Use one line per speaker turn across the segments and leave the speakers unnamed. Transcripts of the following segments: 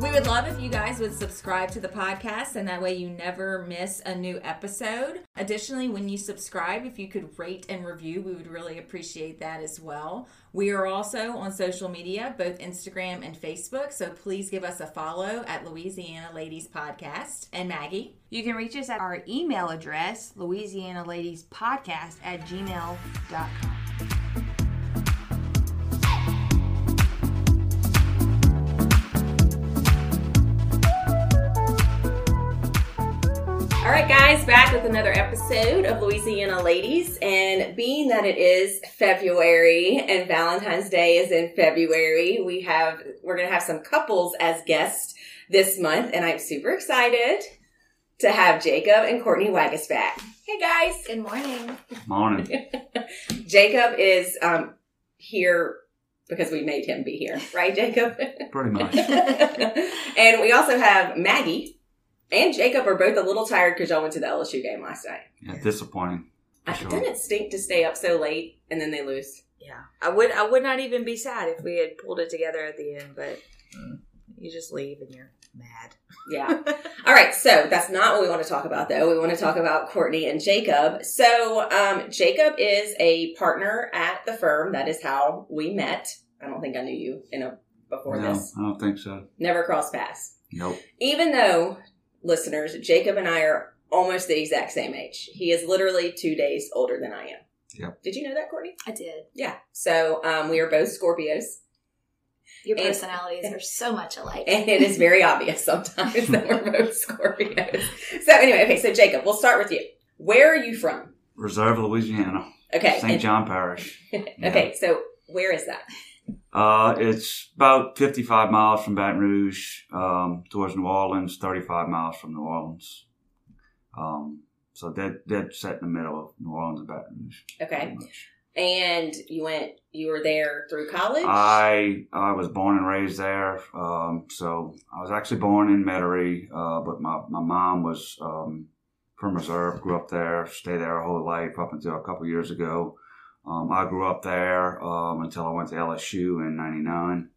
We would love if you guys would subscribe to the podcast, and that way you never miss a new episode. Additionally, when you subscribe, if you could rate and review, we would really appreciate that as well. We are also on social media, both Instagram and Facebook, so please give us a follow at Louisiana Ladies Podcast. And Maggie?
You can reach us at our email address, Louisiana Ladies Podcast at gmail.com.
All right, guys, back with another episode of Louisiana Ladies. And being that it is February and Valentine's Day is in February, we have we're gonna have some couples as guests this month, and I'm super excited to have Jacob and Courtney Waggis back. Hey guys,
Good morning.
Morning.
Jacob is um, here because we made him be here, right, Jacob?
Pretty much.
and we also have Maggie and Jacob are both a little tired because y'all went to the LSU game last night.
Yeah, disappointing.
I
Sure.
Doesn't it stink to stay up so late and then they lose?
Yeah, I would. I would not even be sad if we had pulled it together at the end, but you just leave and you're mad.
Yeah. All right. So that's not what we want to talk about, though. We want to talk about Courtney and Jacob. So um, Jacob is a partner at the firm. That is how we met. I don't think I knew you in a before
no,
this.
I don't think so.
Never crossed paths.
Nope.
Even though, listeners, Jacob and I are almost the exact same age. He is literally two days older than I am.
Yep.
Did you know that, Courtney?
I did.
Yeah. So um, we are both Scorpios.
Your
And-
personalities are so much alike.
and it is very obvious sometimes that we're both Scorpios. So anyway, okay, so Jacob, we'll start with you. Where are you from?
Reserve, Louisiana.
Okay,
St.
and-
John Parish. Yeah.
okay, so where is that?
Uh, it's about 55 miles from Baton Rouge um, towards New Orleans, 35 miles from New Orleans. Um, so that that's set in the middle of New Orleans and Baton Rouge. pretty
Okay,
much.
and you went, you were there through college.
I I was born and raised there. Um, so I was actually born in Metairie, uh, but my, my mom was um, from Reserve, grew up there, stayed there her whole life up until a couple years ago. Um, I grew up there um, until I went to LSU in '99,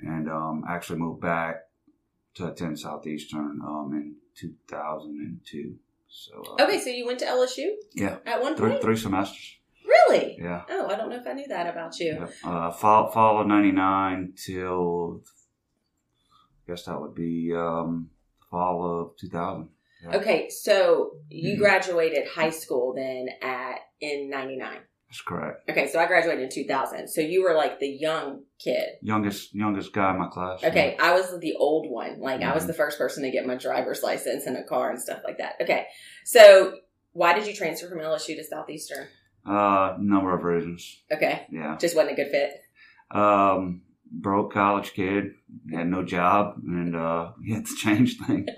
and um, actually moved back to attend Southeastern um, in 2002. So uh,
okay, so you went to LSU
yeah,
at one
three
point.
three semesters.
Really?
Yeah.
Oh, I don't know if I knew that about you.
Yep. Uh, fall, fall of '99 till I guess that would be um, fall of 2000. Yeah.
Okay, so you
Mhm.
graduated high school then at in '99.
That's correct.
Okay, so I graduated in 2000. So you were like the young kid.
Youngest youngest guy in my class.
Okay, I was the old one. Like I was
Mhm.
the first person to get my driver's license and a car and stuff like that. Okay, so why did you transfer from LSU to Southeastern?
Uh, number of reasons.
Okay,
Yeah.
just wasn't a good fit.
Um, broke college kid, had no job, and uh, he had to change things.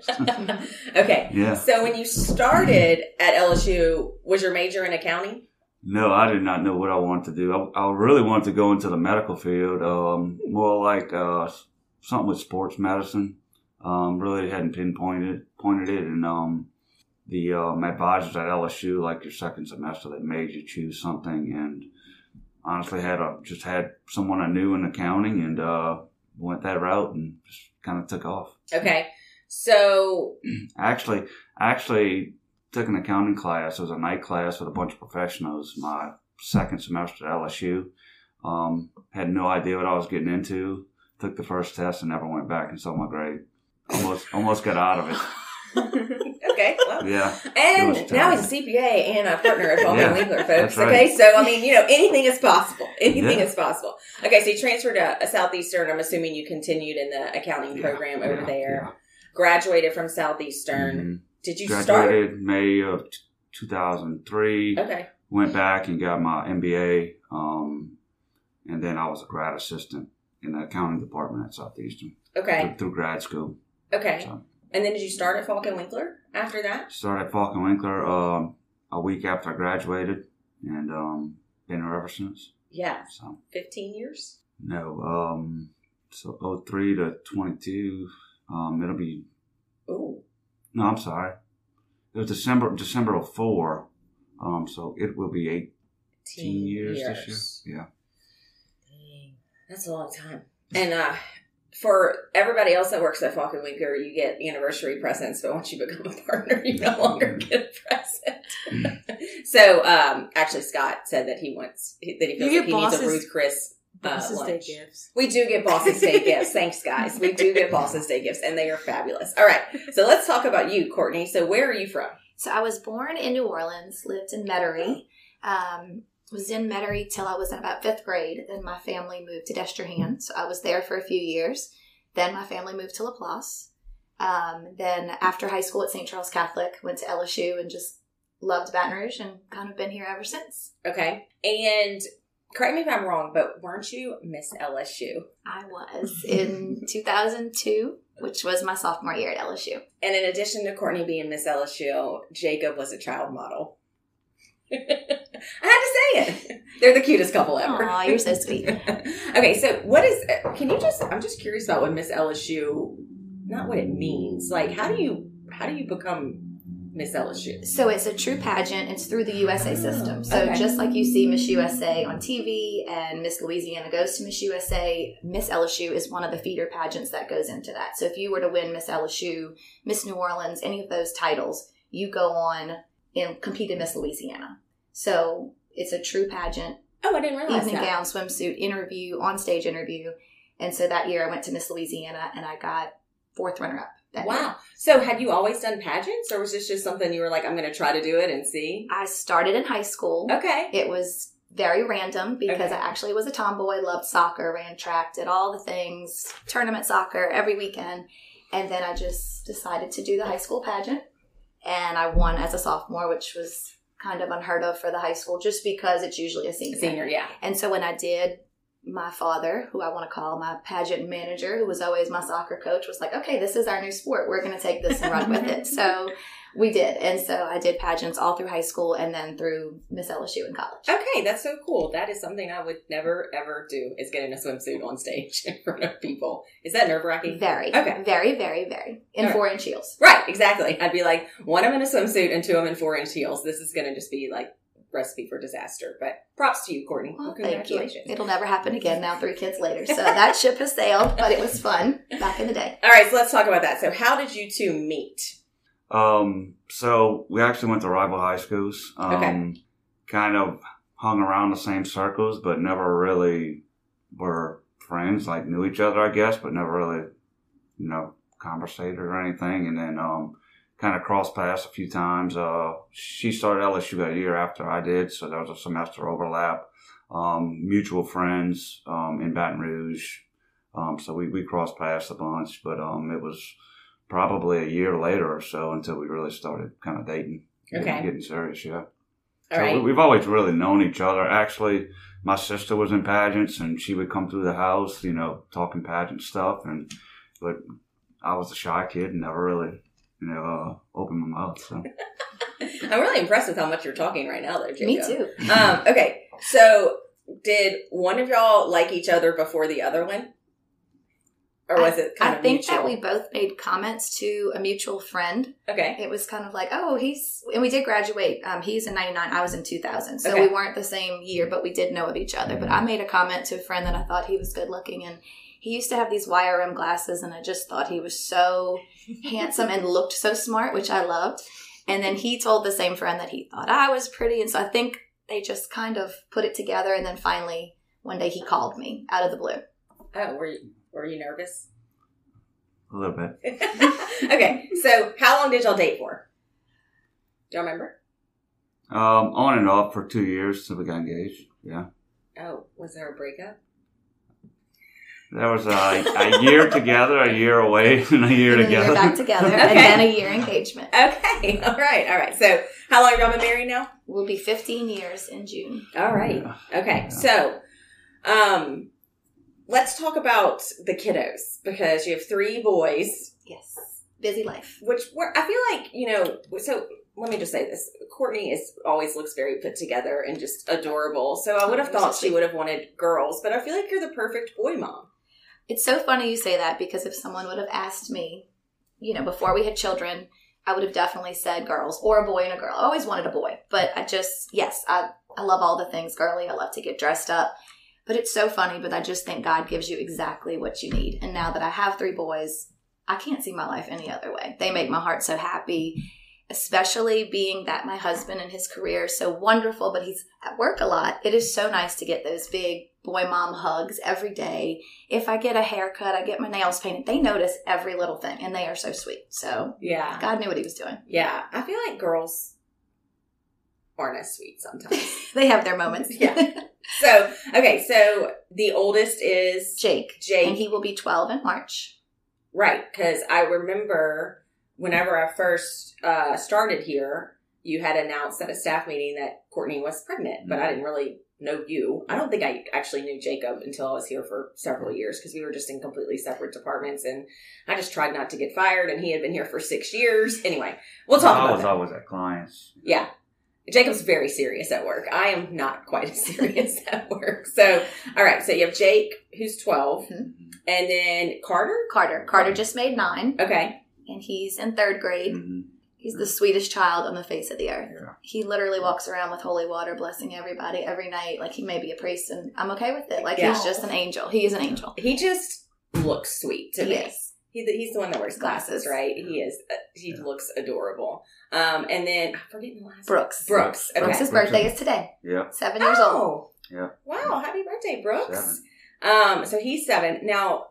okay,
yeah.
so when you started at LSU, was your major in accounting?
No, I did not know what I wanted to do. I, I really wanted to go into the medical field, um, more like uh, s- something with sports medicine. Um, really hadn't pinpointed pointed it, and um, the um, advisors at LSU, like your second semester, that made you choose something. And honestly, had a, just had someone I knew in accounting, and uh, went that route, and just kind of took off.
Okay, so
Actually, actually took an accounting class. It was a night class with a bunch of professionals. My second semester at LSU, um, had no idea what I was getting into. Took the first test and never went back and saw my grade. Almost, almost got out of it.
okay, well,
Yeah, It
and
was
now
terrible.
he's a CPA and a partner at Baldwin
Yeah,
Winkler, folks.
that's right.
Okay, so I mean, you know, anything is possible. Anything
Yeah.
is possible. Okay, so you transferred to uh, Southeastern. I'm assuming you continued in the accounting
Yeah,
program over
yeah,
there.
yeah.
graduated from Southeastern.
Mhm.
Did you
Graduated May of t- 2003.
start? Okay.
Went back and got my MBA, um, and then I was a grad assistant in the accounting department at Southeastern
Okay.
through, through grad school.
Okay.
So.
And then did you start at Falcon Winkler after that?
Started at Falcon Winkler um, a week after I graduated, and um, been here ever since.
Yeah,
So
fifteen years.
no, um, so 03 to 22. Um, it'll be
Ooh,
no. I'm sorry. It was December December of 04. Um, so it will be 18
teen
years, this year. Yeah.
Dang, that's a long time. And uh, for everybody else that works at Falcon Winker, you get anniversary presents, but once you become a partner, you no longer get a present. so, um, actually, Scott said that he wants that he feels
You
like
get
he needs
bosses-
a Ruth Chris. Uh,
This is day
lunch.
gifts.
We do get Bosses Day gifts. Thanks, guys. We do get Bosses Day gifts, and they are fabulous. All right. So let's talk about you, Courtney. So where are you from?
So I was born in New Orleans, lived in Metairie, um, was in Metairie till I was in about fifth grade. Then my family moved to Destrehan, so I was there for a few years. Then my family moved to Laplace. Um, then after high school at St. Charles Catholic, went to LSU and just loved Baton Rouge and kind of been here ever since.
Okay. And correct me if I'm wrong, but weren't you Miss LSU?
I was in 2002, which was my sophomore year at LSU.
And in addition to Courtney being Miss LSU, Jacob was a child model. I had to say it. They're the cutest couple ever.
Aw, you're so sweet.
okay, so what is? Can you just? I'm just curious about what Miss LSU, not what it means. Like, how do you how do you become Miss LSU?
So it's a true pageant. It's through the USA system. So
Oh, okay.
just like you see Miss USA on TV and Miss Louisiana goes to Miss USA, Miss LSU is one of the feeder pageants that goes into that. So if you were to win Miss LSU, Miss New Orleans, any of those titles, you go on and compete in Miss Louisiana. So it's a true pageant,
Oh, I didn't realize
evening
that.
gown, swimsuit, interview, on stage interview. And so that year I went to Miss Louisiana and I got fourth runner up. That year.
Wow. So, had you always done pageants, or was this just something you were like, I'm going to try to do it and see?
I started in high school.
Okay.
It was very random because
Okay.
I actually was a tomboy, loved soccer, ran track, did all the things, tournament soccer every weekend. And then I just decided to do the high school pageant. And I won as a sophomore, which was kind of unheard of for the high school just because it's usually a senior.
Senior, yeah.
And so when I did, my father, who I want to call my pageant manager, who was always my soccer coach, was like, okay, this is our new sport. We're going to take this and run with it. So we did. And so I did pageants all through high school and then through Miss LSU in college.
Okay, that's so cool. That is something I would never ever do is get in a swimsuit on stage in front of people. Is that nerve wracking?
Very,
Okay.
very, very, very.
All
In
right.
four inch heels.
Right, exactly. I'd be like, one, I'm in a swimsuit, and two, I'm in four inch heels. This is going to just be like recipe for disaster. But props to you, Courtney.
Well, thank you.
Congratulations.
It'll never happen again now, three kids later. So that ship has sailed, but it was fun back in the day.
All right, so let's talk about that. So, how did you two meet?
Um, so we actually went to rival high schools. Um,
Okay.
Kind of hung around the same circles, but never really were friends. Like knew each other, I guess, but never really, you know, conversated or anything. And then um, kind of crossed paths a few times. Uh, she started LSU a year after I did, so there was a semester overlap. Um, mutual friends um, in Baton Rouge. Um, so we, we crossed paths a bunch, but um, it was probably a year later or so until we really started kind of dating. getting-
Okay.
Getting serious, yeah.
All
so
right.
we, we've always really known each other. Actually, my sister was in pageants and she would come through the house, you know, talking pageant stuff. And But I was a shy kid and never really, you know, uh, opened my mouth. So
I'm really impressed with how much you're talking right now, though, Jacob.
Me too.
Um, okay, so did one of y'all like each other before the other one, or was it kind
I
of
think
mutual?
that we both made comments to a mutual friend
okay,
it was kind of like, oh, he's, and we did graduate. Um, he's in 99, I was in 2000. So
Okay.
we weren't the same year, but we did know of each other. But I made a comment to a friend that I thought he was good looking, and he used to have these wire rim glasses, and I just thought he was so handsome and looked so smart, which I loved. And then he told the same friend that he thought I was pretty. And so I think they just kind of put it together. And then finally, one day he called me out of the blue.
oh, were you were you nervous?
a little bit.
okay, so how long did y'all date for? Do y'all remember?
Um, on and off for two years till we got engaged. Yeah.
Oh, was there a breakup?
There was a, a year together, a year away, and a year
And then we
together.
were back together,
Okay.
and then a year engagement.
Okay, all right, all right. So how long have y'all been married now?
We'll be 15 years in June.
All right.
Yeah.
Okay.
Yeah.
So, um, let's talk about the kiddos because you have three boys,
Yes. Busy life.
which were I feel like you know. So let me just say this. Courtney is always looks very put together and just adorable. So I would have thought she would have wanted girls, but I feel like you're the perfect boy mom.
It's so funny you say that because if someone would have asked me, you know, before we had children, I would have definitely said girls or a boy and a girl. I always wanted a boy, but I just, yes, I, I love all the things girly. I love to get dressed up. But it's so funny, but I just think God gives you exactly what you need. And now that I have three boys, I can't see my life any other way. They make my heart so happy, especially being that my husband and his career is so wonderful, but he's at work a lot. It is so nice to get those big boy mom hugs every day if I get a haircut, I get my nails painted, they notice every little thing and they are so sweet. So
Yeah.
God knew what he was doing.
Yeah. I feel like girls aren't as sweet sometimes.
They have their moments.
Yeah. so, okay. So the oldest is
Jake.
Jake.
And he will be 12 in March.
Right, because I remember whenever I first uh, started here, you had announced at a staff meeting that Courtney was pregnant, but I didn't really know you. I don't think I actually knew Jacob until I was here for several years because we were just in completely separate departments, and I just tried not to get fired, and he had been here for six years. Anyway, we'll talk
I
about
was
that.
always at clients.
Yeah. Jacob's very serious at work. I am not quite as serious at work. So, all right. So you have Jake, who's 12,
Mhm.
and then Carter.
Carter. Carter just made nine
Okay.
and he's in third grade.
Mhm.
He's the sweetest child on the face of the earth.
Yeah.
He literally walks around with holy water, blessing everybody every night. Like he may be a priest, and I'm okay with it. Like
Yeah.
he's just an angel. He is an angel.
He just looks sweet to me.
Yes.
He's the, he's the one that wears glasses,
Glasses.
right? He is. Uh, he looks adorable. Um, and then I forget the last
Brooks.
Brooks. Okay.
Brooks' birthday is today.
Yeah.
Seven years old.
oh.
Yeah.
Wow! Happy birthday, Brooks.
Seven.
Um, so he's seven now.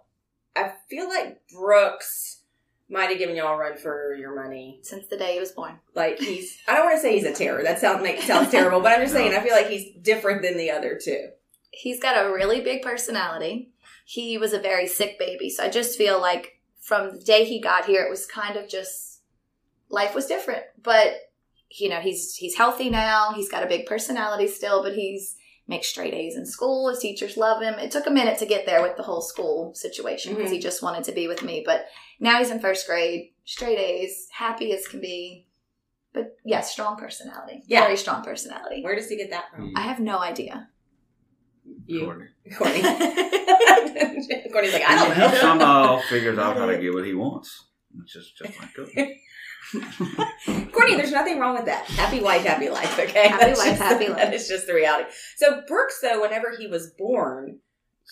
I feel like Brooks might have given y'all a run for your money.
Since the day he was born.
Like he's. I don't want to say he's a terror. That sounds like sounds terrible. But I'm just
No.
saying. I feel like he's different than the other two.
he's got a really big personality. He was a very sick baby, so I just feel like from the day he got here, it was kind of just life was different. But you know, he's he's healthy now. He's got a big personality still, but he's makes straight A's in school. His teachers love him. It took a minute to get there with the whole school situation because he just wanted to be with me. But now he's in first grade, straight A's, happy as can be. But yes, strong personality.
Yeah.
Very strong personality.
Where does he get that
Mm,
from?
I have no idea.
You,
Courtney.
Courtney. Courtney's like I don't
He
know.
somehow figures out how to get what he wants, which is just like good.
Courtney, there's nothing wrong with that. Happy wife, happy life, okay?
Happy wife,
just,
happy
That
life.
is just the reality. So Brooks, though, whenever he was born,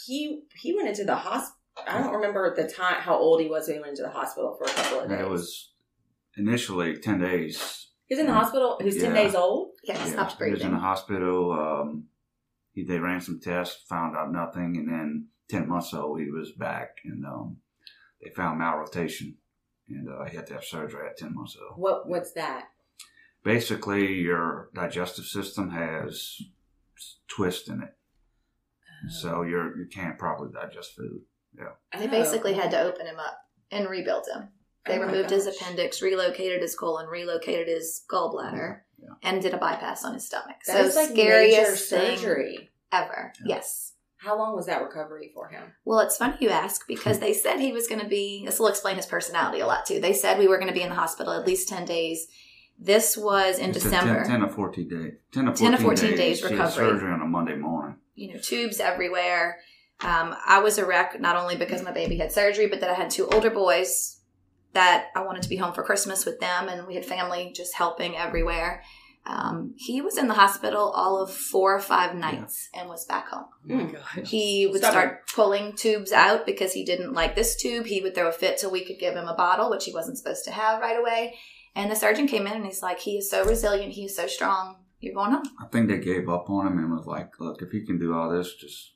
he he went into the hospital. I don't remember the time how old he was when he went into the hospital for a couple of
And
days.
it was initially 10 days.
he was in the hospital. He was ten
Yeah.
days old.
Yeah, he
Yeah,
stopped
He was in the
breathing.
hospital. Um, he, they ran some tests, found out nothing, and then 10 months old, he was back, and um, they found malrotation, and uh, he had to have surgery at 10 months old.
What what's that?
Basically, your digestive system has twist in it,
Oh.
so you're, you can't properly digest food.
They basically had to open him up and rebuild him. They
Oh my
removed his
gosh.
appendix, relocated his colon, relocated his gallbladder, and did a bypass on his stomach.
That
so
is, like major
scariest thing
surgery.
ever.
Yeah.
Yes.
How long was that recovery for him?
Well, it's funny you ask because they said he was going to be. This will explain his personality a lot too. They said we were going to be in the hospital at least ten days. This was in
It's a 10
December.
10, or 14 days. 10 or
10
14,
to 14 days
days, She had
recovery.
surgery on a Monday morning.
you know, tubes everywhere. Um, I was a wreck not only because my baby had surgery, but that I had two older boys that I wanted to be home for Christmas with them, and we had family just helping everywhere. Um, he was in the hospital all of four or five nights and was back home. He would
Stubborn.
start pulling tubes out because he didn't like this tube. He would throw a fit till we could give him a bottle, which he wasn't supposed to have right away. And the surgeon came in and he's like, "He is so resilient. He is so strong. You're going home."
I think they gave up on him and was like, "Look, if he can do all this, just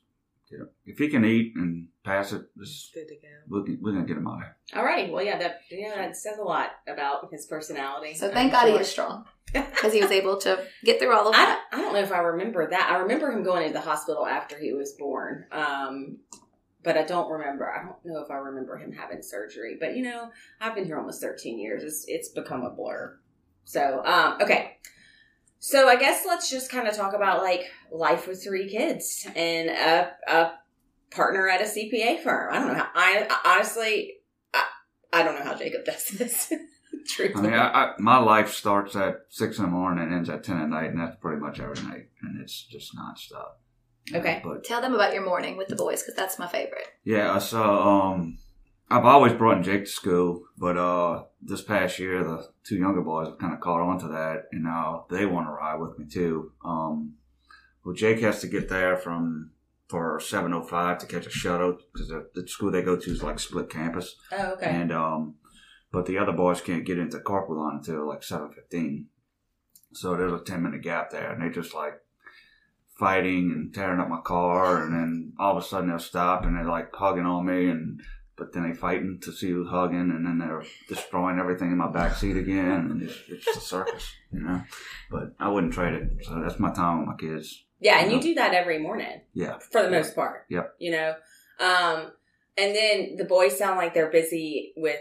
get him. If he can eat and pass it, just
Good to go.
we're gonna, we're gonna get him out of here."
All right. Well, yeah, that yeah, that says a lot about his personality.
So
I'm
thank God he
sure.
is strong because he was able to get through all of
I,
that.
I don't know if I remember that. I remember him going into the hospital after he was born. Um, but I don't remember. I don't know if I remember him having surgery. But you know, I've been here almost 13 years. It's it's become a blur. So, um, okay. So I guess let's just kind of talk about like life with three kids and a, a partner at a CPA firm. I don't know how. I honestly, I, I don't know how Jacob does this.
I
Truthfully.
mean, I, I, my life starts at six in the morning and ends at ten at night, and that's pretty much every night, and it's just nonstop. You know,
Okay.
but
Tell them about your morning with the boys because that's my favorite.
yeah, so um, I've always brought in Jake to school, but uh, this past year the two younger boys have kind of caught on to that, and now they want to ride with me too. Um, well, Jake has to get there from for seven oh five to catch a shuttle because the, the school they go to is like split campus.
oh, okay.
And um, but the other boys can't get into Carpalon until like seven fifteen. So there's a ten minute gap there, and they're just like fighting and tearing up my car, and then all of a sudden they'll stop and they're like hugging on me, and but then they fighting to see who's hugging, and then they're destroying everything in my back seat again, and it's, it's a circus, you know. But I wouldn't trade it. So that's my time with my kids.
Yeah, and you do that every morning.
Yeah.
For the most part.
Yep.
You know? Um, and then the boys sound like they're busy with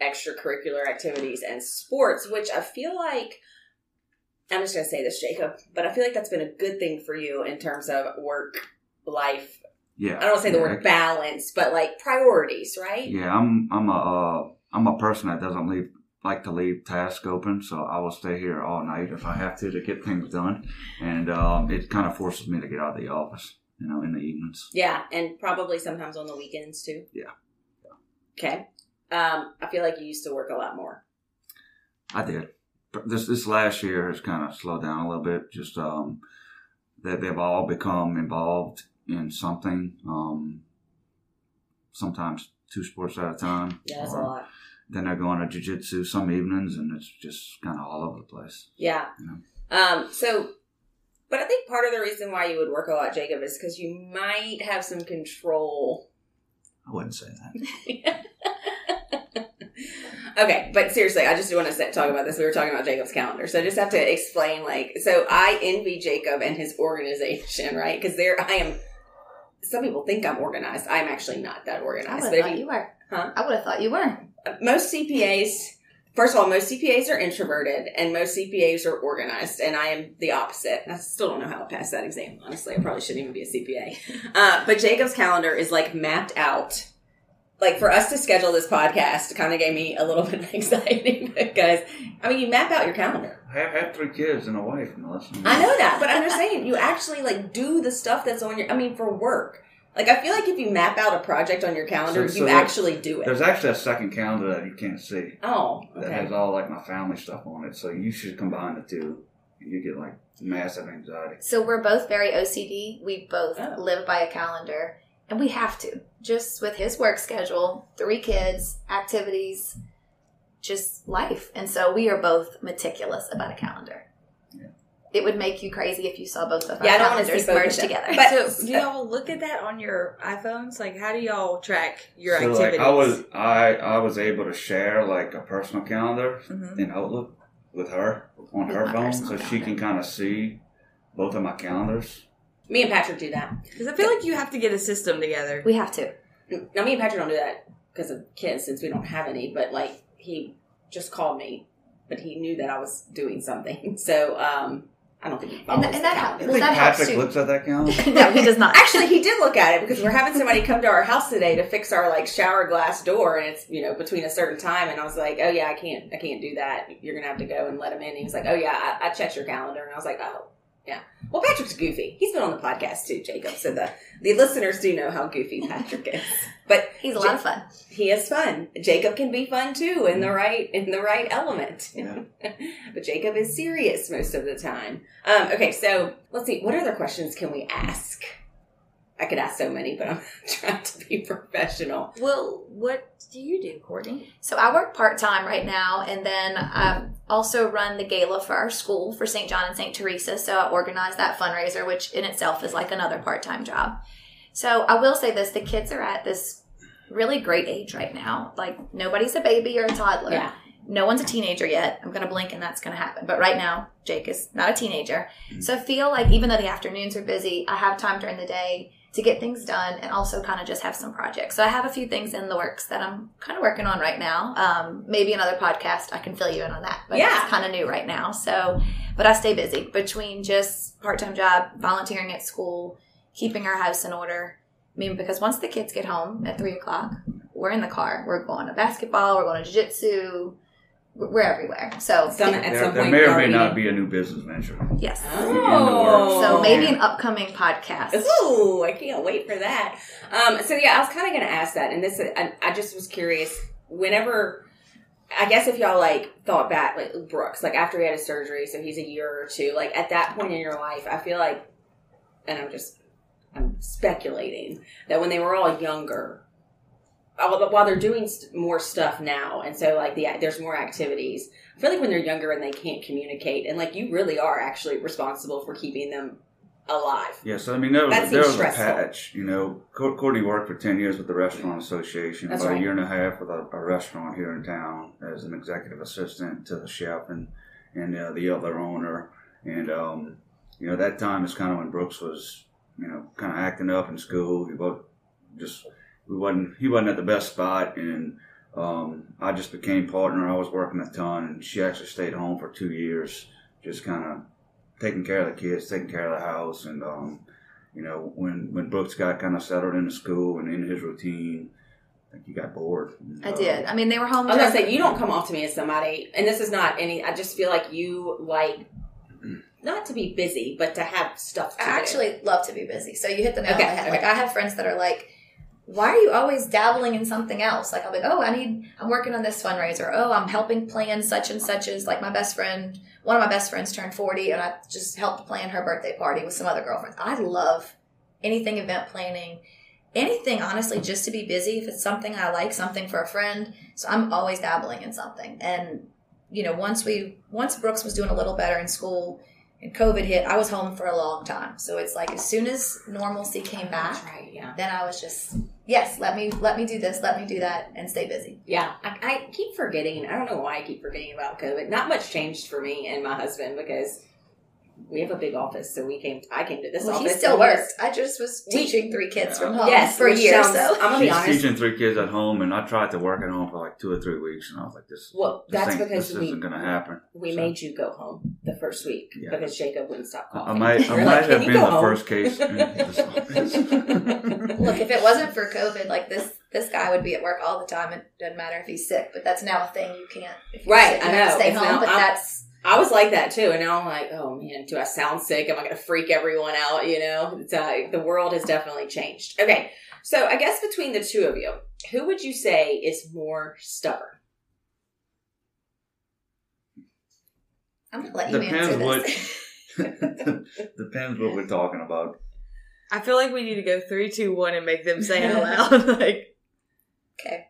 extracurricular activities and sports, which I feel like I'm just gonna say this, Jacob, but I feel like that's been a good thing for you in terms of work life.
Yeah,
I don't wanna say the
Yeah,
word balance, but like priorities, right?
Yeah, I'm I'm a uh, I'm a person that doesn't leave like to leave tasks open, so I will stay here all night if I have to to get things done, and um, it kind of forces me to get out of the office, you know, in the evenings.
Yeah, and probably sometimes on the weekends too.
Yeah.
Okay. Um, I feel like you used to work a lot more.
I did. But This this last year has kind of slowed down a little bit. Just um, that they've all become involved in something. Um, sometimes two sports at a time.
Yeah, that's a
or
lot.
Then they're going to jujitsu some evenings, and it's just kind of all over the place.
Yeah. Um, so, but I think part of the reason why you would work a lot, Jacob, is because you might have some control.
I wouldn't say that.
Okay, but seriously, I just do want to talk about this. We were talking about Jacob's calendar, so I just have to explain. Like, so I envy Jacob and his organization, right? Because there, I am. Some people think I'm organized. I'm actually not that
I would
organized.
have
But if
thought
you-
you were.
Huh?
I would have thought you were.
most CPAs, first of all, most CPAs are introverted and most CPAs are organized, and I am the opposite. I still don't know how I passed that exam, honestly. I probably shouldn't even be a CPA. Uh, but Jacob's calendar is like mapped out. Like for us to schedule this podcast kind of gave me a little bit of anxiety because, I mean, you map out your calendar.
I have, I have three kids and a wife, Melissa.
I know that, but I'm just saying, you actually like do the stuff that's on your, I mean, for work. Like, I feel like if you map out a project on your calendar,
So-
you
so there-
actually do it.
There's actually a second calendar that you can't see
Oh,
that
okay.
has all like my family stuff on it. So you should combine the two. You get like massive anxiety.
So we're both very OCD. We both
Oh.
live by a calendar, and we have to. Just with his work schedule, three kids, activities, just life. And so we are both meticulous about a calendar.
Yeah.
It would make you crazy if you saw both of our
Yeah, I don't wanna see
calendars
both of
merged
them.
together.
But-
so, do y'all look at that on your iPhones? Like, how do y'all track your
so
activities?
like I was I I was able to share like a personal calendar
Mhm.
in Outlook with her on her
My
phone, so
personal
she can
calendar.
kind of see both of my calendars.
Me and Patrick do that.
'Cause I feel like you have to get a system together.
we have to.
Now, me and Patrick don't do that because of kids, since we don't have any. But like, he just called me, but he knew that I was doing something. So um, I don't think he follows
that- and
the
that
calendar.
You
Well,
think
that helps
Patrick
too.
looks at that calendar?
no, he does not.
Actually, he did look at it because we're having somebody come to our house today to fix our like shower glass door, and it's you know between a certain time. And I was like, oh yeah, I can't, I can't do that. You're gonna have to go and let him in. And he was like, oh yeah, I, I checked your calendar, and I was like, oh yeah. Well, Patrick's goofy. He's been on the podcast too, Jacob. So the the listeners do know how goofy Patrick is, but
He's a lot of fun.
he is fun. Jacob can be fun too in the right in the right element.
Mm. Yeah.
but Jacob is serious most of the time. Um, okay, so let's see. What other questions can we ask? I could ask so many, but I'm trying to be professional.
Well, what do you do, Courtney?
So I work part time right now, and then I also run the gala for our school for St. John and St. Teresa. So I organize that fundraiser, which in itself is like another part time job. So I will say this the kids are at this really great age right now. Like nobody's a baby or a toddler.
Yeah.
No one's a teenager yet. I'm going to blink and that's going to happen. But right now, Jake is not a teenager. So I feel like even though the afternoons are busy, I have time during the day to get things done and also kind of just have some projects. So I have a few things in the works that I'm kind of working on right now. Um, maybe another podcast, I can fill you in on that. But
Yeah.
it's kind of new right now. So, but I stay busy between just part time job, volunteering at school, keeping our house in order. I mean, because once the kids get home at three o'clock, we're in the car. We're going to basketball. We're going to jiu-jitsu. We're everywhere. So
Some, at
There,
some
there
point,
may
you
or may
already-
not be a new business venture.
yes.
Oh.
So maybe an upcoming podcast.
Ooh, I can't wait for that. Um, so yeah, I was kind of going to ask that, and this I, I just was curious. Whenever, I guess if y'all like thought back, like Brooks, like after he had his surgery, so he's a year or two. Like at that point in your life, I feel like, and I'm just, I'm speculating that when they were all younger. While while they're doing st- more stuff now, and so like the there's more activities. I feel like when they're younger and they can't communicate, and like you really are actually responsible for keeping them alive.
Yeah, so I mean, there was,
That seems
there was a
stressful.
patch. You know, Co- Courtney worked for 10 years with the Restaurant Association,
That's
about
right.
a year and a half with a, a restaurant here in town as an executive assistant to the chef and, and uh, the other owner. And, um, you know, that time is kind of when Brooks was, you know, kind of acting up in school. He was just, we wasn't, he wasn't at the best spot. And um, I just became partner. I was working a ton, and she actually stayed home for two years, just kind of taking care of the kids, taking care of the house, and um, you know when when Brooks got kind of settled into school and in his routine, I think he got bored. Uh,
I did. I mean, they were
I
home.
was gonna
during-
say you don't come off to me as somebody, and this is not any. I just feel like you like not to be busy, but to have stuff. To do.
I actually love to be busy. So you hit the nail
Okay,
on the head.
okay.
Like I have friends that are like, why are you always dabbling in something else? Like I'm like, oh, I need, I'm working on this fundraiser. Oh, I'm helping plan such and such as like my best friend, one of my best friends turned 40 and I just helped plan her birthday party with some other girlfriends. I love anything event planning, anything honestly, just to be busy. If it's something I like, something for a friend. So I'm always dabbling in something. And you know, once we, once Brooks was doing a little better in school, and COVID hit, I was home for a long time. So it's like as soon as normalcy came
That's
back,
right. Yeah,
then I was just yes, let me let me do this, let me do that, and stay busy.
yeah. I, I keep forgetting. I don't know why I keep forgetting about COVID. Not much changed for me and my husband because we have a big office, so we came. I came to this
Well, he
office.
still
and was-
worked. I just was
We-
teaching three kids from home
Yes,
for a
which
year.
sounds-
so
I'm gonna be
She's
honest.
teaching three kids at home, and I tried to work at home for like two or three weeks, and I was like, "This,
Well,
this,
that's
ain't-
because
this
we
isn't going to happen."
we
So-
made you go home the first week
Yeah.
because Jacob wouldn't stop
I I
calling.
might, I
You're
might
like,
have
"Can you
been
go
the
home?"
first case. in this office.
look, if it wasn't for COVID, like this this guy would be at work all the time. It doesn't matter if he's sick, but that's now a thing you can't. If you're
Right,
sick, you
I
have to
know.
stay
It's
home,
now-
but
I'm-
that's
I was like that too, and now I'm like, oh man, do I sound sick? Am I going to freak everyone out? You know, it's, uh, the world has definitely changed. Okay, so I guess between the two of you, who would you say is more stubborn?
I'm gonna let you
Depends
answer
what-
this.
Depends what we're talking about.
I feel like we need to go three, two, one, and make them say it out loud. like,
okay,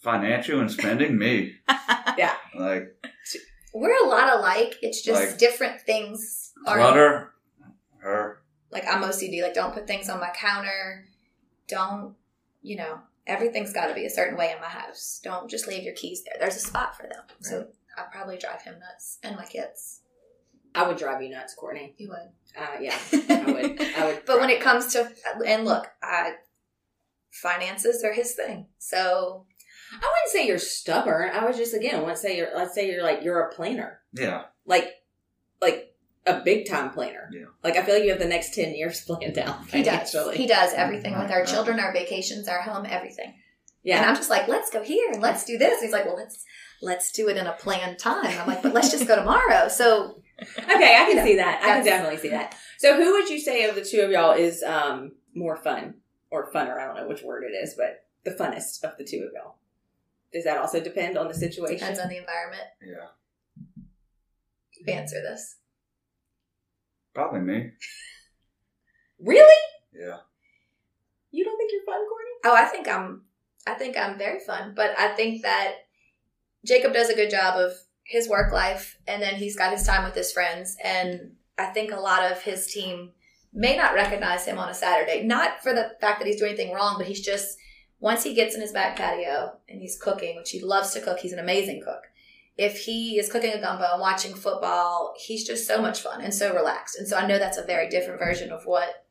Financial and spending, me.
Yeah.
Like
we're a lot alike. It's just
Like-
different things are
clutter, her.
like I'm OCD. Like don't put things on my counter. Don't you know everything's got to be a certain way in my house. Don't just leave your keys there. There's a spot for them. So I probably drive him nuts and my kids.
I would drive you nuts, Courtney.
You would.
Uh, yeah, I would. I would.
but when it comes to and look, I finances are his thing. So
I wouldn't say you're stubborn. I was just again, I wouldn't say you're. Let's say you're like you're a planner,
Yeah,
like like a big time planner.
Yeah.
Like I feel like you have the next ten years planned out.
he does.
financially.
He does everything with our children, our vacations, our home, everything. And
Yeah.
I'm just like, let's go here and let's do this. He's like, well, let's let's do it in a planned time. I'm like, but let's just go tomorrow. So
Okay, I can
Yeah,
see that. I can
that's-
definitely see that. So, who would you say of the two of y'all is um, more fun or funner? I don't know which word it is, but the funnest of the two of y'all. Does that also depend on the situation?
depends on the environment.
yeah.
answer this.
Probably me.
really?
Yeah.
You don't think you're fun, Courtney?
Oh, I think I'm I think I'm very fun, but I think that Jacob does a good job of his work life and then he's got his time with his friends and I think a lot of his team may not recognize him on a Saturday. Not for the fact that he's doing anything wrong, but he's just once he gets in his back patio and he's cooking, which he loves to cook, he's an amazing cook. If he is cooking a gumbo and watching football, he's just so much fun and so relaxed. And so I know that's a very different version of what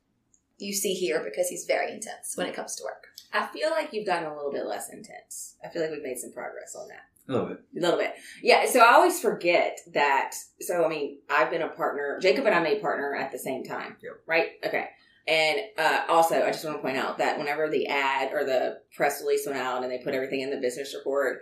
you see here because he's very intense when it comes to work.
I feel like you've gotten a little bit less intense. I feel like we've made some progress on that.
A little bit.
A little bit. Yeah. So I always forget that. So, I mean, I've been a partner. Jacob and I made partner at the same time.
Yep.
Right? Okay. And uh, also, I just want to point out that whenever the ad or the press release went out and they put everything in the business report,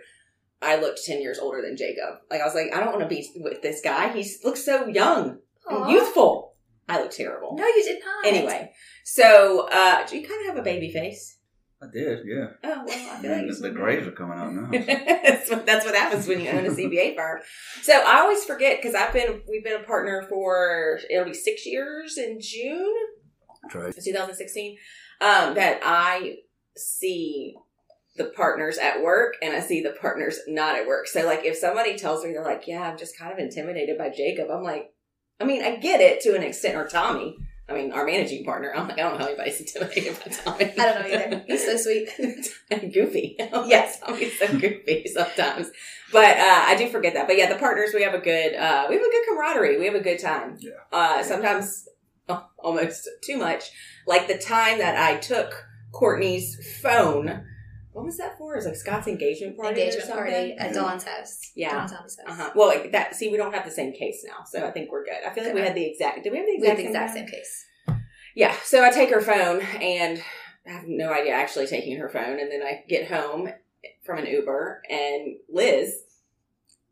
I looked 10 years older than Jacob. Like, I was like, I don't want to be with this guy. He looks so young and youthful. I look terrible.
No, you did not.
Anyway, so uh, you kind of have a baby face.
I did, yeah.
Oh, well, I feel
Man,
like
the, the
you-
graves are coming out now. so.
that's, what, that's what happens when you own a CPA firm. So I always forget because I've been we've been a partner for it'll be six years in June,
That's right.
2016. Um, that I see the partners at work and I see the partners not at work. So like if somebody tells me they're like, yeah, I'm just kind of intimidated by Jacob, I'm like, I mean, I get it to an extent, or Tommy. I mean, our managing partner. I'm like, I don't know how anybody's intimidated by Tommy.
I don't know either. He's so sweet.
and goofy. yes, I'm so goofy sometimes. But uh, I do forget that. But yeah, the partners we have a good uh, we have a good camaraderie. We have a good time.
Yeah.
Uh, sometimes oh, almost too much. Like the time that I took Courtney's phone. What was that for? It was like Scott's engagement party. or
Engagement
something?
party at
Yeah.
Dawn's house.
Mm. Yeah.
Dawn Tommy's house.
Uh-huh. Well, like that. See, we don't have the same case now, so I think we're good. I feel like we
Okay.
had the exact. Did we have the
We had
exact? one?
the exact same case.
Yeah, so I take her phone and I have no idea actually taking her phone. And then I get home from an Uber and Liz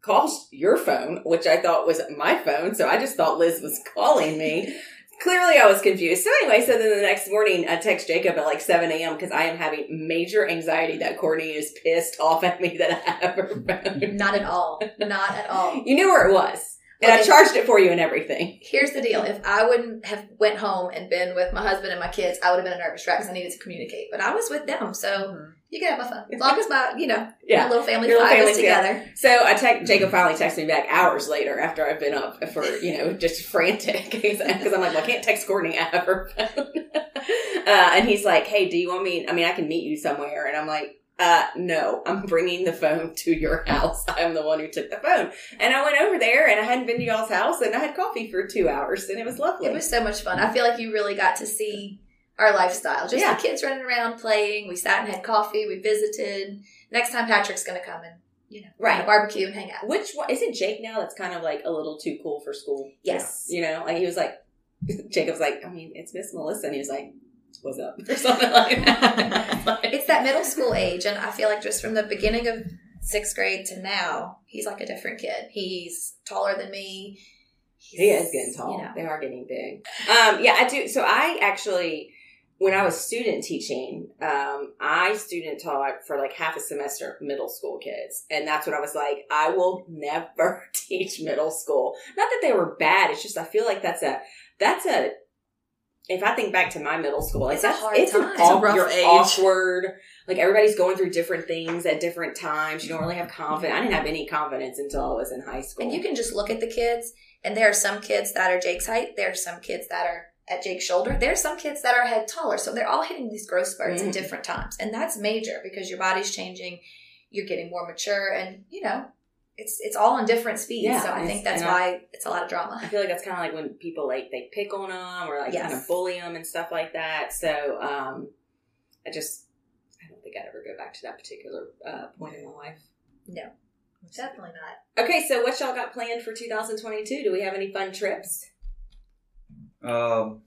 calls your phone, which I thought was my phone. So I just thought Liz was calling me. Clearly, I was confused. So anyway, so then the next morning, I text Jacob at like 7 a.m. because I am having major anxiety that Courtney is pissed off at me that I have her phone.
Not at all. Not at all.
You knew where it was. And I
Okay.
charged it for you and everything.
Here's the deal. If I wouldn't have went home and been with my husband and my kids, I would have been a nervous wreck because I needed to communicate. But I was with them, so you can have my phone. As long as my, you know,
Yeah.
my little family
Your
five
little family's
is
together.
together.
So I te- Jacob finally texted me back hours later after I've been up for you know just frantic because I'm like well I can't text Courtney I have her phone uh, and he's like hey do you want me I mean I can meet you somewhere and I'm like uh no I'm bringing the phone to your house I'm the one who took the phone and I went over there and I hadn't been to y'all's house and I had coffee for two hours and it was lovely
It was so much fun. I feel like you really got to see our lifestyle. Just
Yeah.
the kids running around playing. We sat and had coffee. We visited. Next time Patrick's going to come and you know
Right.
barbecue and hang out.
which one isn't Jake now that's kind of like a little too cool for school
Yes.
you know like he was like Jacob's like I mean it's Miss Melissa and he was like what's up or something like that
It's that middle school age, and I feel like just from the beginning of sixth grade to now, he's like a different kid. He's taller than me. He's,
He is getting tall.
you know.
They are getting big. Um, yeah, I do. So I actually, when I was student teaching, um, I student taught for like half a semester middle school kids, and that's when I was like, I will never teach middle school. Not that they were bad. It's just I feel like that's a that's a. If I think back to my middle school, like
It's a
that's-
hard
it's an
time. It's a
aw-
rough
you're
age.
awkward. Like everybody's going through different things at different times. You don't really have confidence. I didn't have any confidence until I was in high school.
And you can just look at the kids, and there are some kids that are Jake's height. There are some kids that are at Jake's shoulder. There are some kids that are head taller. So they're all hitting these growth spurts
Mhm.
at different times. And that's major because your body's changing, you're getting more mature, and you know, it's it's all in different speeds.
Yeah,
so I
and
think
it's-
that's
and I-
why it's a lot of drama.
I feel like that's kind of like when people like they pick on them or like
Yes.
kind of bully them and stuff like that. So um, I just I don't think I'd ever go back to that particular uh, point in my life.
Definitely not.
Okay, so what y'all got planned for 2022? Do we have any fun trips?
Um,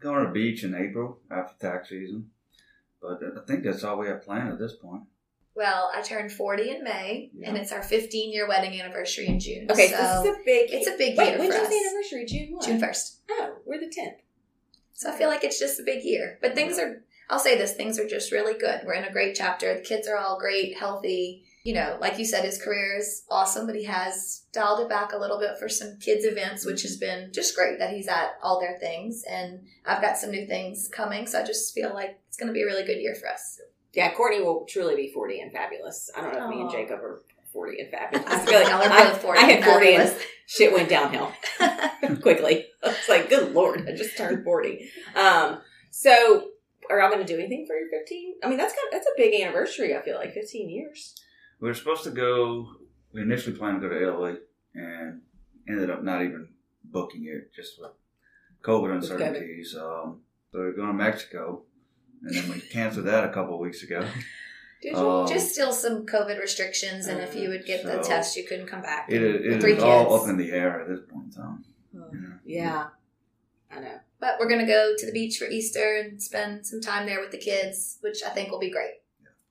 going to the beach in April after tax season, but I think that's all we have planned at this point.
Well, I turned 40 in May, and
Yeah.
it's our 15 year wedding anniversary in June.
Okay, so,
so
this is a big.
it's a big
wait.
year
When's
for
your
us.
anniversary? June what?
June 1st.
Oh, we're the tenth.
So I feel like it's just a big year. But things are, I'll say this, things are just really good. We're in a great chapter. The kids are all great, healthy. You know, like you said, his career is awesome, but he has dialed it back a little bit for some kids' events, which has been just great that he's at all their things. And I've got some new things coming. So I just feel like it's going to be a really good year for us.
Yeah, Courtney will truly be 40 and fabulous. I don't know if me and
Aw.
Jacob are 40 and fabulous.
I
I feel like
y'all are
I-
both 40.
I hit 40 and
fabulous.
shit went downhill. quickly. It's like, good lord, I just turned forty. Um, so are y'all going to do anything for your fifteen? I mean, that's kind of, that's a big anniversary. I feel like fifteen years.
We were supposed to go. We initially planned to go to Italy and ended up not even booking it just with COVID
With COVID.
uncertainties. Um, so we we're going to Mexico, and then we canceled that a couple of weeks ago.
Did
Um,
just still some COVID restrictions. And if you would get the
So-
test, you couldn't come back.
It, it
Three
is all
kids.
up in the air at this point in time. you know.
yeah, I know.
But we're gonna go to the beach for Easter and spend some time there with the kids, which I think will be great.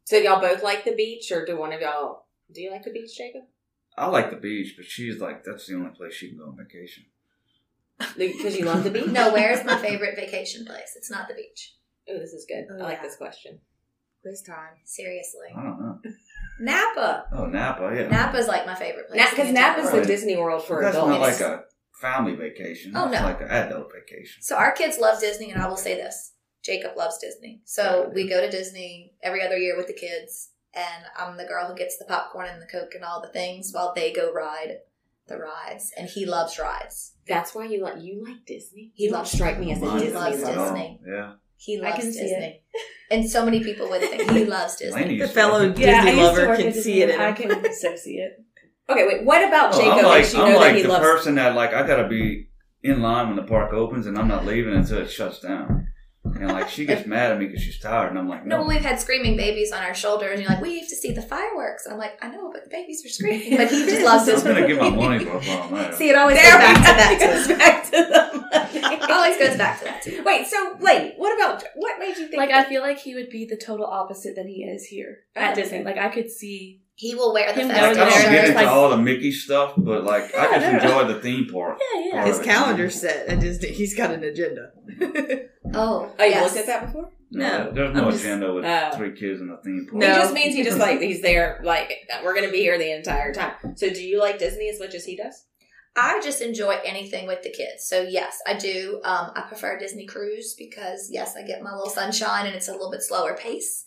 So y'all both like the beach, or do one of y'all? Do you like the beach, Jacob?
I like the beach, but she's like, that's the only place she can go on vacation.
Because you love the beach?
No, where's my favorite vacation place? It's not the beach.
Oh, this is good.
Oh,
I like
yeah.
this question.
Quiz time.
Seriously.
I don't know.
Napa!
Oh, Napa, yeah.
Napa's like my favorite place. in
Because
the entire
Napa's
world.
the Disney World for
that's
adults.
not like a family vacation.
Oh,
That's
no.
like an adult vacation.
So our kids love Disney, and I will say this: Jacob loves Disney. So we go to Disney every other year with the kids, and I'm the girl who gets the popcorn and the coke and all the things while they go ride the rides, and he loves rides.
That's why you like you like Disney.
He
You don't
loves-
strike me as a
Mine
Disney
loves
lover.
Disney.
Yeah.
He
I
loves
can see
Disney, and so many people would think he loves Disney.
Lainey
The
used to
fellow
love it.
Disney lover can see it. In
I
him.
can associate. Okay, wait. What about
Well,
Jacob?
Oh, I'm like,
makes you
I'm
know
like
that he
the
loves.
person that like I gotta be in line when the park opens, and I'm not leaving until it shuts down. And like she gets mad at me because she's tired, and I'm like,
No,
no,
but we've had screaming babies on our shoulders, and you're like, we have to see the fireworks. I'm like, I know, but the babies are screaming. But he just loves
I'm
Disney.
gonna get my money for a bomb. there.
See, it always goes
There
back to
we
that.
go. Back to
It always goes back to that.
the money. Wait. So, wait. What about what made you think?
Like I
that-
feel like he would be the total opposite than he is here
Oh,
at
okay.
Disney. Like I could see.
He will wear the
Him
Like, I
going
festive
to
don't get
It's
shirt.
into
like-
all the Mickey stuff, but like I just
No, no, no.
enjoy the theme park.
Yeah,
yeah.
His calendar's set at Disney. He's got an agenda.
Oh,
Oh, you
yes.
looked at that before?
No,
No,
there's no
I'm just-
agenda with
Oh.
three kids in a theme park.
It
No.
just means he just like he's there. Like we're gonna be here the entire time. So, do you like Disney as much as he does?
I just enjoy anything with the kids. So yes, I do. Um, I prefer Disney Cruise because yes, I get my little sunshine and it's a little bit slower pace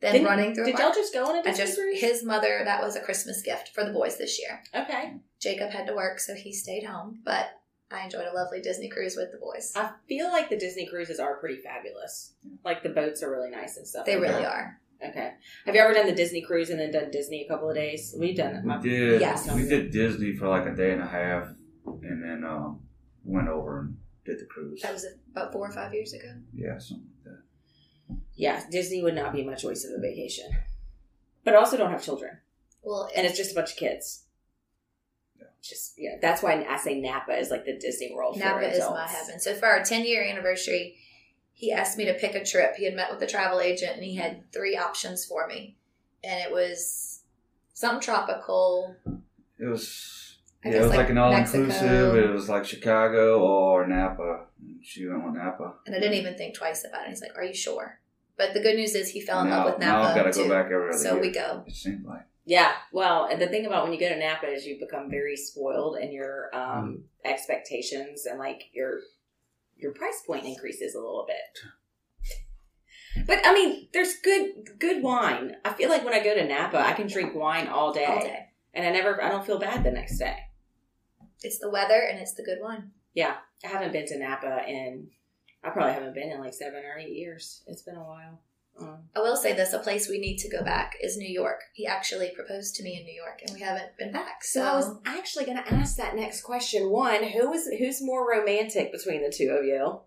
than
Didn't-
running through. a
Did y'all
park.
just go on a
I
Disney
just
cruise?
his mother. That was a Christmas gift for the boys this year.
Okay.
Jacob had to work, so he stayed home. But I enjoyed a lovely Disney cruise with the boys.
I feel like the Disney cruises are pretty fabulous. Like the boats are really nice and stuff.
They
like
really
that.
are.
Okay. Have you ever done the Disney cruise and then done Disney a couple of days? We've done it.
We
My-
did.
Yes.
We did Disney for like a day and a half, and then um, went over and did the cruise.
That was about four or five years ago.
Yeah, something like that.
Yeah, Disney would not be my choice of a vacation. But I also don't have children,
Well,
and it's just a bunch of kids. Just yeah, that's why I say Napa is like the Disney World. for
Napa is my
adults.
heaven. So for our 10 year anniversary, he asked me to pick a trip. He had met with the travel agent and he had three options for me. And it was something tropical.
It was.
I
yeah,
guess,
it was
like,
like, an all inclusive.
Mexico.
It was like Chicago or Napa. And She went with Napa.
And I didn't even think twice about it. He's like, Are you sure? But the good news is he fell in
now,
love with
Now
Napa.
I've got to
too.
go back every other
so
year.
we go.
It seems like.
Yeah, well, and the thing about when you go to Napa is you become very spoiled, and your um, expectations and like your your price point increases a little bit. But I mean, there's good good wine. I feel like when I go to Napa, I can drink wine all day,
All day.
and I never I don't feel bad the next day.
It's the weather and it's the good wine.
I haven't been to Napa in I probably haven't been in like seven or eight years. It's been a while. Um,
I will say this a place we need to go back is New York. He actually proposed to me in New York and we haven't been back. So,
So I was actually going to ask that next question. One, who is who's more romantic between the two of you?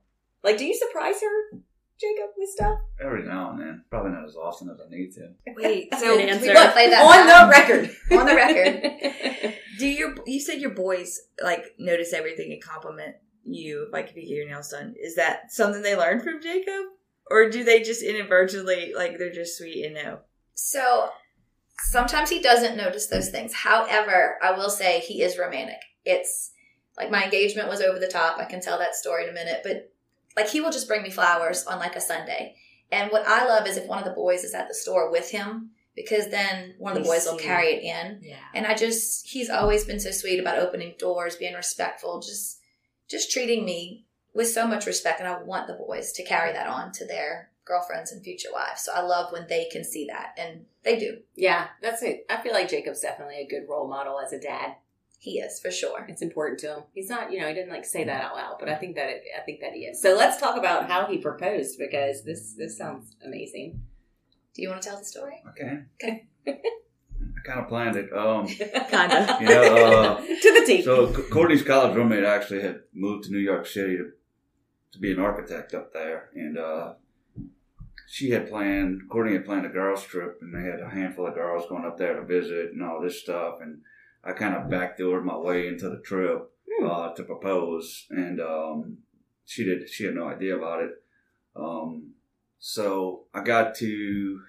Like, do you surprise her, Jacob, with stuff?
Every now and then. Probably not as often as I need to.
Wait,
Good
so
answer.
we can play that
on
back.
the record.
On the record.
Do your you said your boys like notice everything and compliment you like if you get your nails done? Is that something they learned from Jacob, or do they just inadvertently like they're just sweet and know?
So sometimes he doesn't notice those things. However, I will say he is romantic. It's like my engagement was over the top. I can tell that story in a minute, but like he will just bring me flowers on like a Sunday. And what I love is if one of the boys is at the store with him because then one of the
They
boys will
see.
carry it in.
yeah.
And I just he's always been so sweet about opening doors, being respectful, just just treating me with so much respect and I want the boys to carry that on to their girlfriends and future wives. So I love when they can see that and they do.
Yeah, that's it. I feel like Jacob's definitely a good role model as a dad.
He is for sure.
It's important to him. He's not, you know, he didn't like say that out loud, but I think that it, I think that he is. So let's talk about how he proposed because this this sounds amazing.
Do you want to tell the story?
Okay.
Okay.
I kind of planned it. Um,
Kinda
you know, uh,
to the team.
so C- Courtney's college roommate actually had moved to New York City to, to be an architect up there, and uh, she had planned. Courtney had planned a girls trip, and they had a handful of girls going up there to visit and all this stuff. And I kind of backdoored my way into the trip uh, to propose, and um, she did. She had no idea about it. Um, so I got to.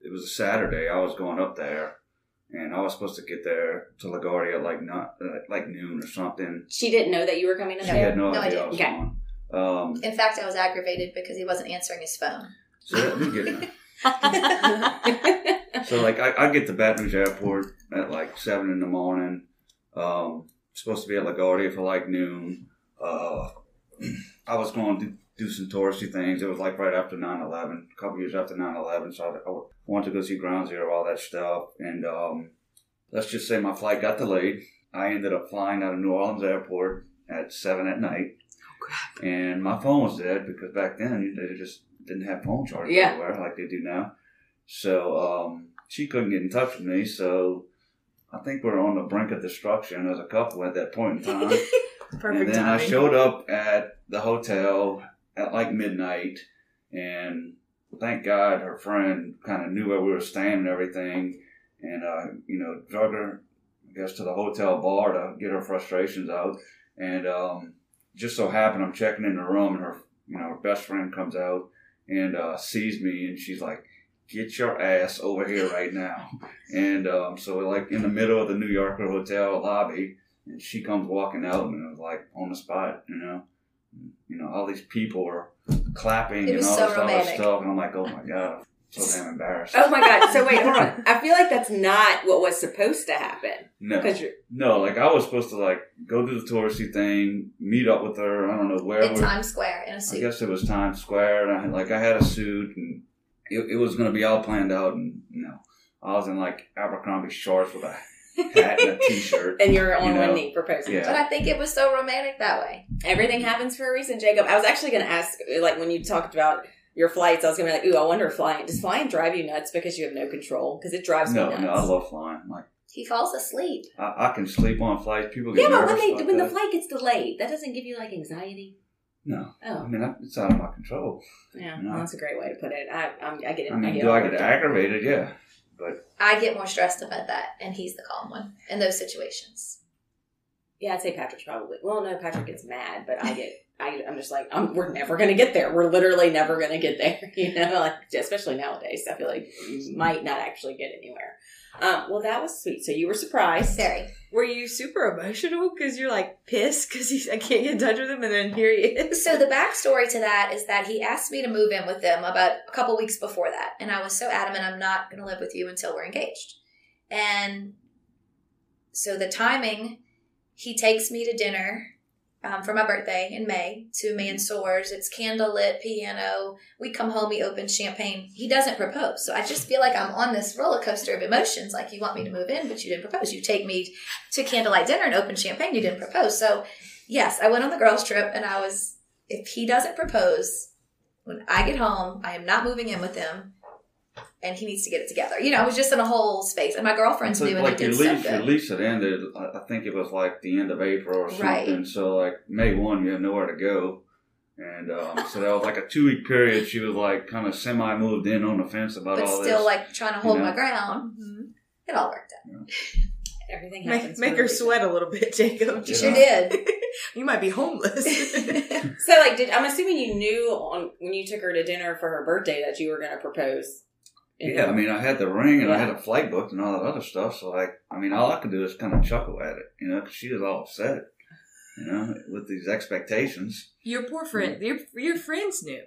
It was a Saturday. I was going up there, and I was supposed to get there to LaGuardia at like not uh, like noon or something.
She didn't know that you were coming up
She
there.
had no,
No,
idea
I
I,
didn't.
was
Okay.
going. Um,
In fact, I was aggravated because he wasn't answering his phone.
so that did get me.
Oh
So like I, I get to Baton Rouge Airport at like seven in the morning. Um, supposed to be at LaGuardia for like noon. Uh, I was going to do some touristy things. It was like right after 9-11, a couple years after 9-11. So I, I wanted to go see Ground Zero, all that stuff. And um, let's just say my flight got delayed. I ended up flying out of New Orleans Airport at seven at night. And my phone was dead because back then they just didn't have phone chargers
Yeah.
everywhere like they do now. So um, she couldn't get in touch with me. So I think we're on the brink of destruction as a couple at that point in time.
Perfect
and then I
timing.
showed up at the hotel at like midnight, and thank God her friend kind of knew where we were staying and everything, and uh, you know drug her, I guess, to the hotel bar to get her frustrations out, and um, just so happened I'm checking in the room, and her you know her best friend comes out and uh, sees me, and she's like. Get your ass over here right now, and um, so we're like in the middle of the New Yorker hotel lobby, and she comes walking out and it was like on the spot, you know. You know, all these people were clapping
It
and
was
all
so
this other
romantic.
stuff and I'm like, Oh my god, I'm so damn embarrassed.
Oh my god! So wait, hold on. I feel like that's not what was supposed to happen
No.
because you're
No, like I was supposed to like go do the touristy thing, meet up with her, I don't know where
In
we
Times Square in a
I
suit.
guess it was Times Square and I had like I had a suit and it, it was gonna be all planned out and you know, I was in like Abercrombie shorts with a hat and a t shirt.
and you're on
You know,
one knee proposing.
yeah.
But I think it was so romantic that way.
Everything happens for a reason, Jacob. I was actually going to ask, like when you talked about your flights, I was going to be like, "Ooh, I wonder if flying does flying drive you nuts because you have no control because it drives
No,
me nuts."
no, I love flying. Like
He falls asleep.
I, I can sleep on flights. People get
yeah, but
nervous
when they
about
when the
that.
flight gets delayed, that doesn't give you like anxiety.
No, I
Oh,
mean I- it's out of my control.
yeah,
No.
well, that's a great way to put it. I I'm, I get it.
I mean,
get
do
all
I
worked
get
up.
aggravated? Yeah, but
I get more stressed about that, and he's the calm one in those situations.
Yeah, I'd say Patrick's probably. Well, no, Patrick gets mad, but I get. I, I'm just like, I'm, we're never going to get there. We're literally never going to get there. You know, like especially nowadays, I feel like you might not actually get anywhere. Um, well, that was sweet. So you were surprised.
Very.
Were you super emotional because you're like pissed because I can't get in touch with him, and then here he is.
So the backstory to that is that he asked me to move in with them about a couple weeks before that, and I was so adamant I'm not going to live with you until we're engaged. And so the timing, he takes me to dinner um, for my birthday in May to Mansour's. It's candlelit piano. We come home, he opens champagne. He doesn't propose, so I just feel like I'm on this roller coaster of emotions. Like you want me to move in, but you didn't propose. You take me to candlelight dinner and open champagne. You didn't propose, so. Yes, I went on the girls' trip and I was if he doesn't propose when I get home, I am not moving in with him, and he needs to get it together. You know, I was just in a whole space, and my girlfriends
so,
knew, and
like
they
your
did
lease,
stuff
your
good.
lease had ended. I I think it was like the end of April or
Right.
something. So like May one, you had nowhere to go, and um, so that was like a two week period. She was like kind of semi moved in on the fence about
But
all
still,
this.
like trying to hold
you know?
my ground, Mm-hmm. it all worked out.
Everything
Make,
happens.
make
for a
her
reason.
sweat a little bit, Jacob.
You sure did.
you might be homeless.
So, like, did I'm assuming you knew on when you took her to dinner for her birthday that you were going to propose?
yeah, I mean, I had the ring and I had a flight booked and all that other stuff. So like, I mean, all I could do is kind of chuckle at it, you know, 'cause she was all upset, you know, with these expectations.
your poor friend, your your friends knew.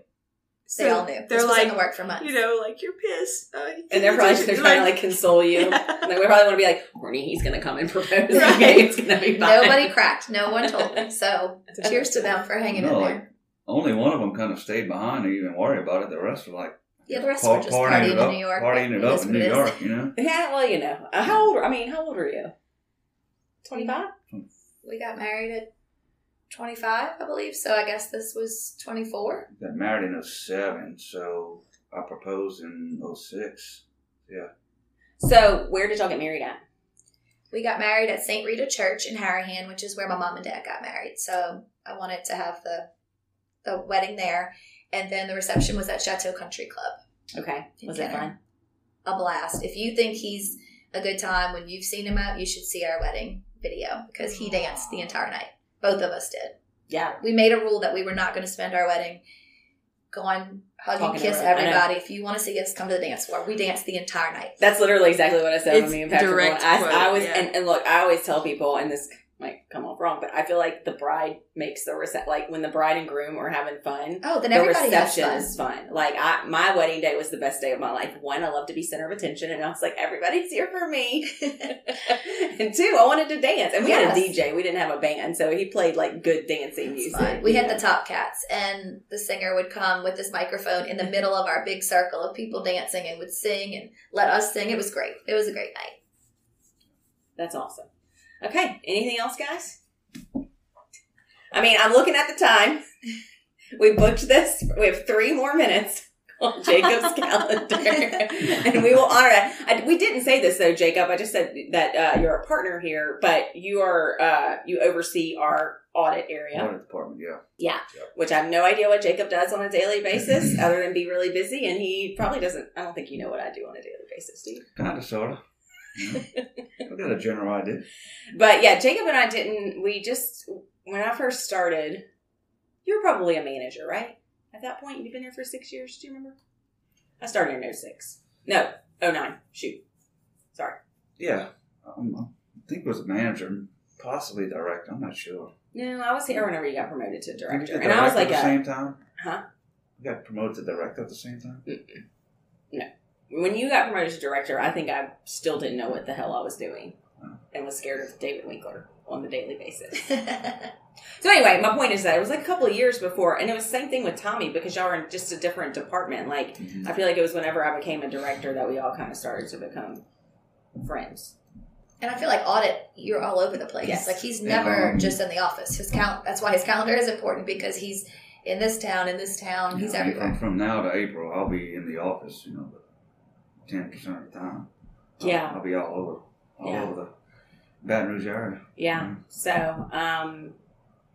They all knew.
They're
this was in
like,
the work for months.
you know, like you're pissed. Uh, you
and they're probably just, they're trying to like console you.
Yeah.
Like, we probably want to be like, horny, he's going to come and propose.
Right.
Okay, it's going to be fine.
Nobody cracked. No one told me. So cheers to them for hanging
No,
in
like,
there.
Only one of them kind of stayed behind and even worry about it. The rest were like
Yeah, the rest
par-
were just
partying
partying
it
in
up,
New York.
partying
It
it
is
up in
what
New
it is.
York. You know,
Yeah, well, you know, Uh, how old? I mean, how old are you? Twenty five.
We got married at 25, I believe. So I guess this was 24.
got married in 07, so I proposed in 06.
So, where did y'all get married at?
We got married at St. Rita Church in Harahan, which is where my mom and dad got married. So I wanted to have the the wedding there, and then the reception was at Chateau Country Club.
Okay, was it
Okay.
fun?
A blast! If you think he's a good time when you've seen him out, you should see our wedding video because he danced the entire night. Both of us did.
Yeah.
We made a rule that we were not going to spend our wedding go on, hug
Talking
and kiss
to her. I know.
everybody. If you want to see us, come to the dance floor. We danced the entire night.
That's literally exactly what I said
It's
when me and Patrick
direct
went. I,
quote,
I always
yeah.
and, and look, I always tell people, and this might come off wrong, but I feel like the bride makes the recep like when the bride and groom are having fun.
Oh, then
The
everybody has
reception
fun.
is fun. Like I, my wedding day was the best day of my life. One, I love to be center of attention, and I was like, everybody's here for me. and two, I wanted to dance, and we had a
Yes.
DJ. We didn't have a band, so he played like good dancing
It's
music.
fun. We
you
had
know?
the top cats, and the singer would come with this microphone in the middle of our big circle of people dancing and would sing and let us sing. It was great. It was a great night.
That's awesome. Okay, anything else, guys? I mean, I'm looking at the time. We booked this. We have three more minutes on Jacob's calendar, and we will honor that. I, we didn't say this though, Jacob. I just said that uh, you're a partner here, but you are uh, you oversee our audit area
Water department, yeah.
which I have no idea what Jacob does on a daily basis other than be really busy. And he probably doesn't, I don't think you know what I do on a daily basis, do you?
Kind of, sort of. I got a general idea.
But yeah, Jacob and I didn't, we just, when I first started, you were probably a manager, right? At that point, you've been there for six years. Do you remember? I started in 06. No, 09. Shoot. Sorry.
Yeah. Um, I think it was a manager, possibly director. I'm not sure.
No, I was here whenever you got promoted to
Did you
director.
get
And I was
director
like,
at the
a,
same time.
Huh?
You got promoted to director at the same time.
when you got promoted to director, I think I still didn't know what the hell I was doing and was scared of David Winkler on the daily basis. So anyway, my point is that it was like a couple of years before, and it was the same thing with Tommy because y'all were in just a different department. Like Mm-hmm.
Mm-hmm.
I feel like it was whenever I became a director that we all kind of started to become friends.
And I feel like audit, you're all over the place.
Yes.
Like he's
Yeah.
never just in the office. His cal- that's why his calendar is important because he's in this town, in this town, he's
Yeah, I mean, from-
everywhere.
From now to April, I'll be in the office, you know, ten percent of the time. I'll-
Yeah.
I'll be all over, all
Yeah.
over the Baton Rouge area.
Yeah.
Mhm.
So, um,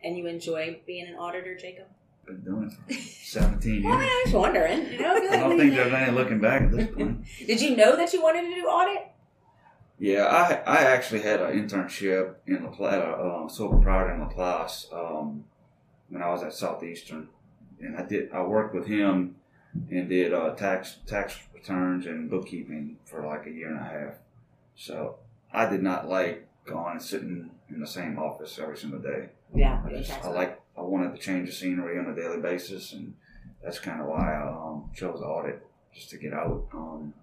and you enjoy being an auditor, Jacob?
Been doing it for seventeen
Well,
years.
I was wondering. You know, I feel
I
like
don't
we-
think there's any looking back at this point.
Did you know that you wanted to do audit?
Yeah, I I actually had an internship in La Plata, um, sole proprietor in La Place, um, when I was at Southeastern, and I did I worked with him and did uh, tax tax returns and bookkeeping for like a year and a half. So I did not like going and sitting in the same office every single day.
Yeah.
I just I like I wanted to change the scenery on a daily basis, and that's kind of why I um, chose audit just to get out. Um,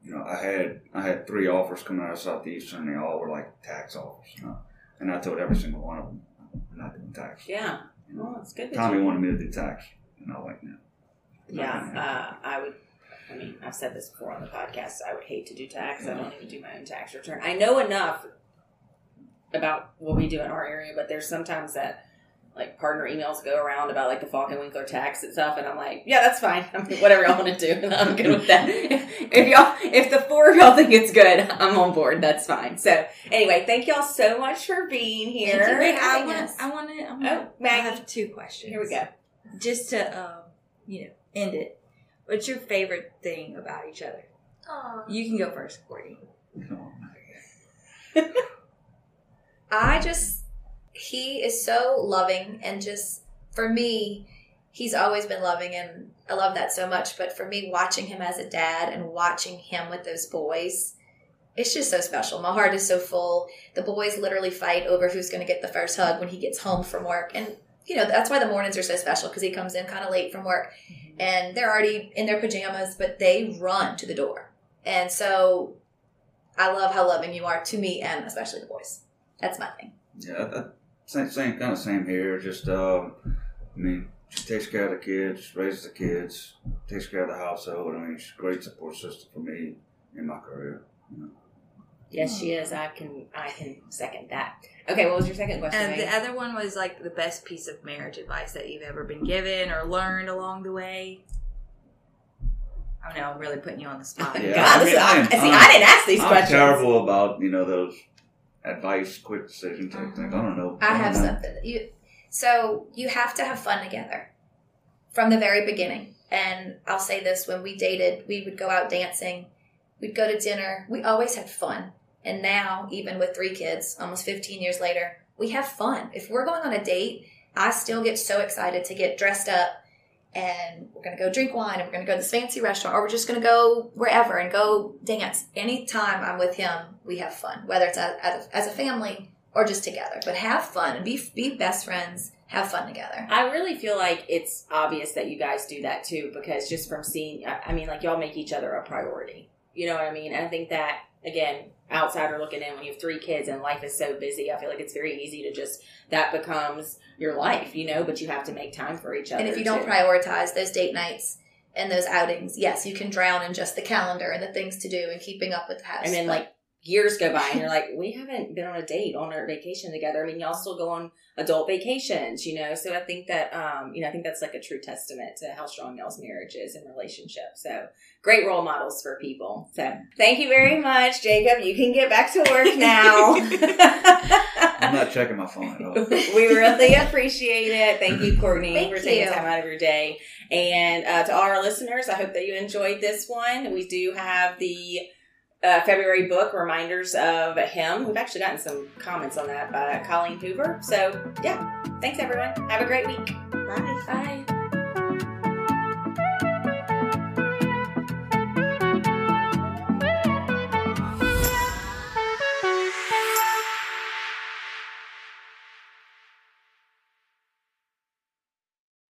you know, I had I had three offers coming out of Southeastern, and they all were like tax offers, you know? and I told every single one of them, "I'm not doing tax."
Yeah.
You know?
Well, it's good. that
Tommy
you-
wanted me to do tax, and I was like, "No."
Yeah, uh, I would. I mean, I've said this before on the podcast. I would hate to do tax. I don't even do my own tax return. I know enough about what we do in our area, but there's sometimes that like partner emails go around about like the Falcon Winkler tax and stuff, and I'm like, yeah, that's fine. I mean, whatever y'all want to do, and I'm good with that. If y'all, if the four of y'all think it's good, I'm on board. That's fine. So anyway, thank y'all so much for being here.
Thank you.
Wait,
for
I
having
want.
us.
I want to. I want
Oh,
I
Maggie,
have two questions.
here we go.
Just to, um, you know, end it. What's your favorite thing about each other? You can go first, Courtney.
No.
I just, he is so loving and just, for me, he's always been loving and I love that so much. But for me, watching him as a dad and watching him with those boys, it's just so special. My heart is so full. The boys literally fight over who's going to get the first hug when he gets home from work. And, you know, that's why the mornings are so special because he comes in kind of late from work and they're already in their pajamas, but they run to the door. And so I love how loving you are to me and especially the boys. That's my thing.
Yeah, I- I- same, same kind of same here. Just, um, I mean, she takes care of the kids, raises the kids, takes care of the household. I mean, she's a great support system for me in my career.
Yes, she is. I can. I can second that. Um, Okay, what was your second question?
And
Megan?
the other one was like the best piece of marriage advice that you've ever been given or learned along the way. I don't know, I'm really putting you on the spot.
Yeah,
God,
I
this
mean,
is, I,
I am-
see,
I'm-
I didn't ask these
I'm
questions.
terrible about you know those advice, quick decision type things. I don't know.
I
don't
have
know.
something. You so you have to have fun together from the very beginning. And I'll say this when we dated, we would go out dancing, we'd go to dinner, we always had fun. And now, even with three kids, almost 15 years later, we have fun. If we're going on a date, I still get so excited to get dressed up and we're gonna go drink wine, and we're gonna go to this fancy restaurant, or we're just gonna go wherever and go dance. Anytime I'm with him, we have fun, whether it's as, as, a, as a family or just together. But have fun and be be best friends. Have fun together.
I really feel like it's obvious that you guys do that too, because just from seeing, I I mean, like y'all make each other a priority. You know what I mean? And I think that again, outsider looking in, when you have three kids and life is so busy, I feel like it's very easy to just that becomes your life, you know. But you have to make time for each other.
And if you don't
too.
prioritize those date nights and those outings, yes, you can drown in just the calendar and the things to do and keeping up with the house.
and then
But-
like years go by and you're like we haven't been on a date on our vacation together i mean y'all still go on adult vacations you know so i think that um you know i think that's like a true testament to how strong y'all's marriage is and relationship so great role models for people so
Thank you very much, Jacob. You can get back to work now.
I'm not checking my phone at all.
we really appreciate it thank you courtney
Thank
for taking
you.
time out of your day and uh, to all our listeners i hope that you enjoyed this one we do have the uh, February book reminders of him. We've actually gotten some comments on that by Colleen Hoover. So, yeah, thanks everyone. Have a great week.
Bye. Bye.